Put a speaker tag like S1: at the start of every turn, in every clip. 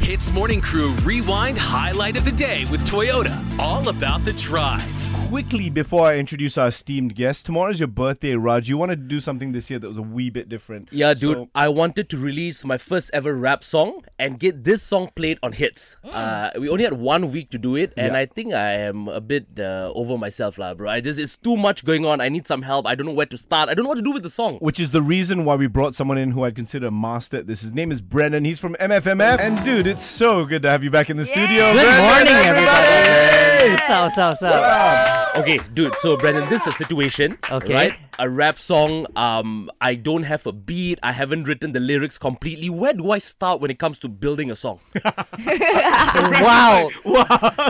S1: Hits Morning Crew Rewind Highlight of the Day with Toyota. All about the drive.
S2: Quickly before I introduce our esteemed guest, tomorrow's your birthday, Raj. You wanted to do something this year that was a wee bit different.
S3: Yeah, dude,
S2: So,
S3: I wanted to release my first ever rap song and get this song played on hits. Uh, we only had one week to do it,
S2: Mm.
S3: and
S2: Yeah.
S3: I think I am a bit uh, over myself, lah, bro. I just it's too much going on. I need some help. I don't know where to start. I don't know what to do with the song.
S2: which is the reason why we brought someone in who I'd consider a master at this. His name is Brendan. He's from MFMF. And dude, it's so good to have you back in the studio.
S4: Good
S2: Brendan,
S4: morning, everybody. So, so, so.
S3: Okay, dude. So, Brandon, this is a situation,
S4: Okay.
S3: right? A rap song. Um, I don't have a beat. I haven't written the lyrics completely. Where do I start when it comes to building a song?
S4: Wow.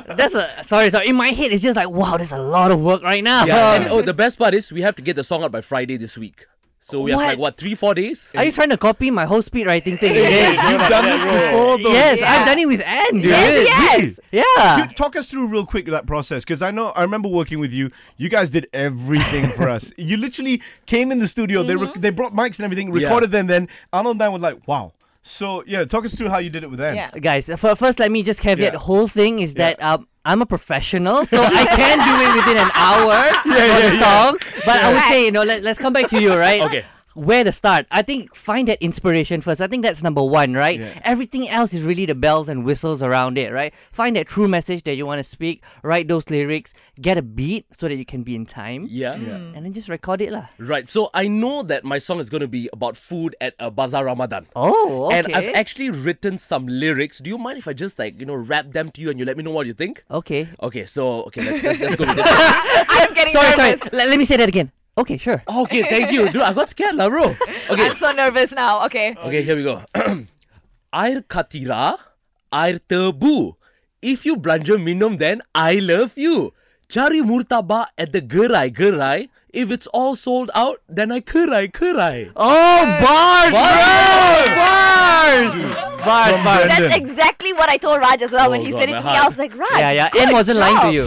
S4: That's a sorry, sorry. In my head, it's just like wow. There's a lot of work right now.
S3: Yeah. and oh, the best part is we have to get the song out by Friday this week. So we have
S4: What?
S3: like what three, four days.
S4: Are you trying to copy my whole speed writing thing? again?
S2: You've done this before, though.
S4: yes,
S5: Yeah.
S4: I've done it with Anne, dude.
S5: Yes,
S4: Yeah.
S2: Dude, talk us through real quick that process because I know I remember working with you. You guys did everything for us. You literally came in the studio. They rec- they brought mics and everything,
S3: Yeah.
S2: recorded them. Then Arnold and I were like, "Wow." So yeah, talk us through how you did it with them.
S5: Yeah.
S4: Uh, Guys, f- first let me just caveat
S2: Yeah.
S4: the whole thing is that um, I'm a professional, so I can do it within an hour for the song. But I would say, you know, let, let's come back to you, right?
S3: Okay.
S4: Where to start? I think find that inspiration first. I think that's number one, right?
S2: Yeah.
S4: Everything else is really the bells and whistles around it, right? Find that true message that you want to speak, write those lyrics, get a beat so that you can be in time,
S3: Yeah. yeah.
S4: and then just record it. lah.
S3: Right. So I know that my song is going to be about food at a bazaar Ramadan.
S4: Oh, okay.
S3: And I've actually written some lyrics. Do you mind if I just like you know rap them to you and you let me know what you think?
S4: okay.
S3: Okay. So okay, let's, let's, let's go with this. one.
S5: I'm getting
S4: Sorry, sorry.
S5: nervous.
S4: Let, let me say that again. Okay, sure.
S3: Okay. Thank you, dude. I got scared, lah, bro. Okay.
S5: I'm so nervous now. Okay.
S3: Okay. Here we go. Air katira, air tebu. If you belanja minum, then I love you. Cari murtabak at the gerai gerai. If it's all sold out, then I kerai kerai.
S4: Oh, bars, bro! Bars!
S2: Bye, bye.
S5: That's exactly what I told Raj as well when
S3: Oh
S5: he
S3: God,
S5: said it
S3: my
S5: to me.
S3: heart.
S5: I was like, Raj,
S4: Yeah, yeah.
S5: good
S4: Anne wasn't lying to
S5: job."
S4: you.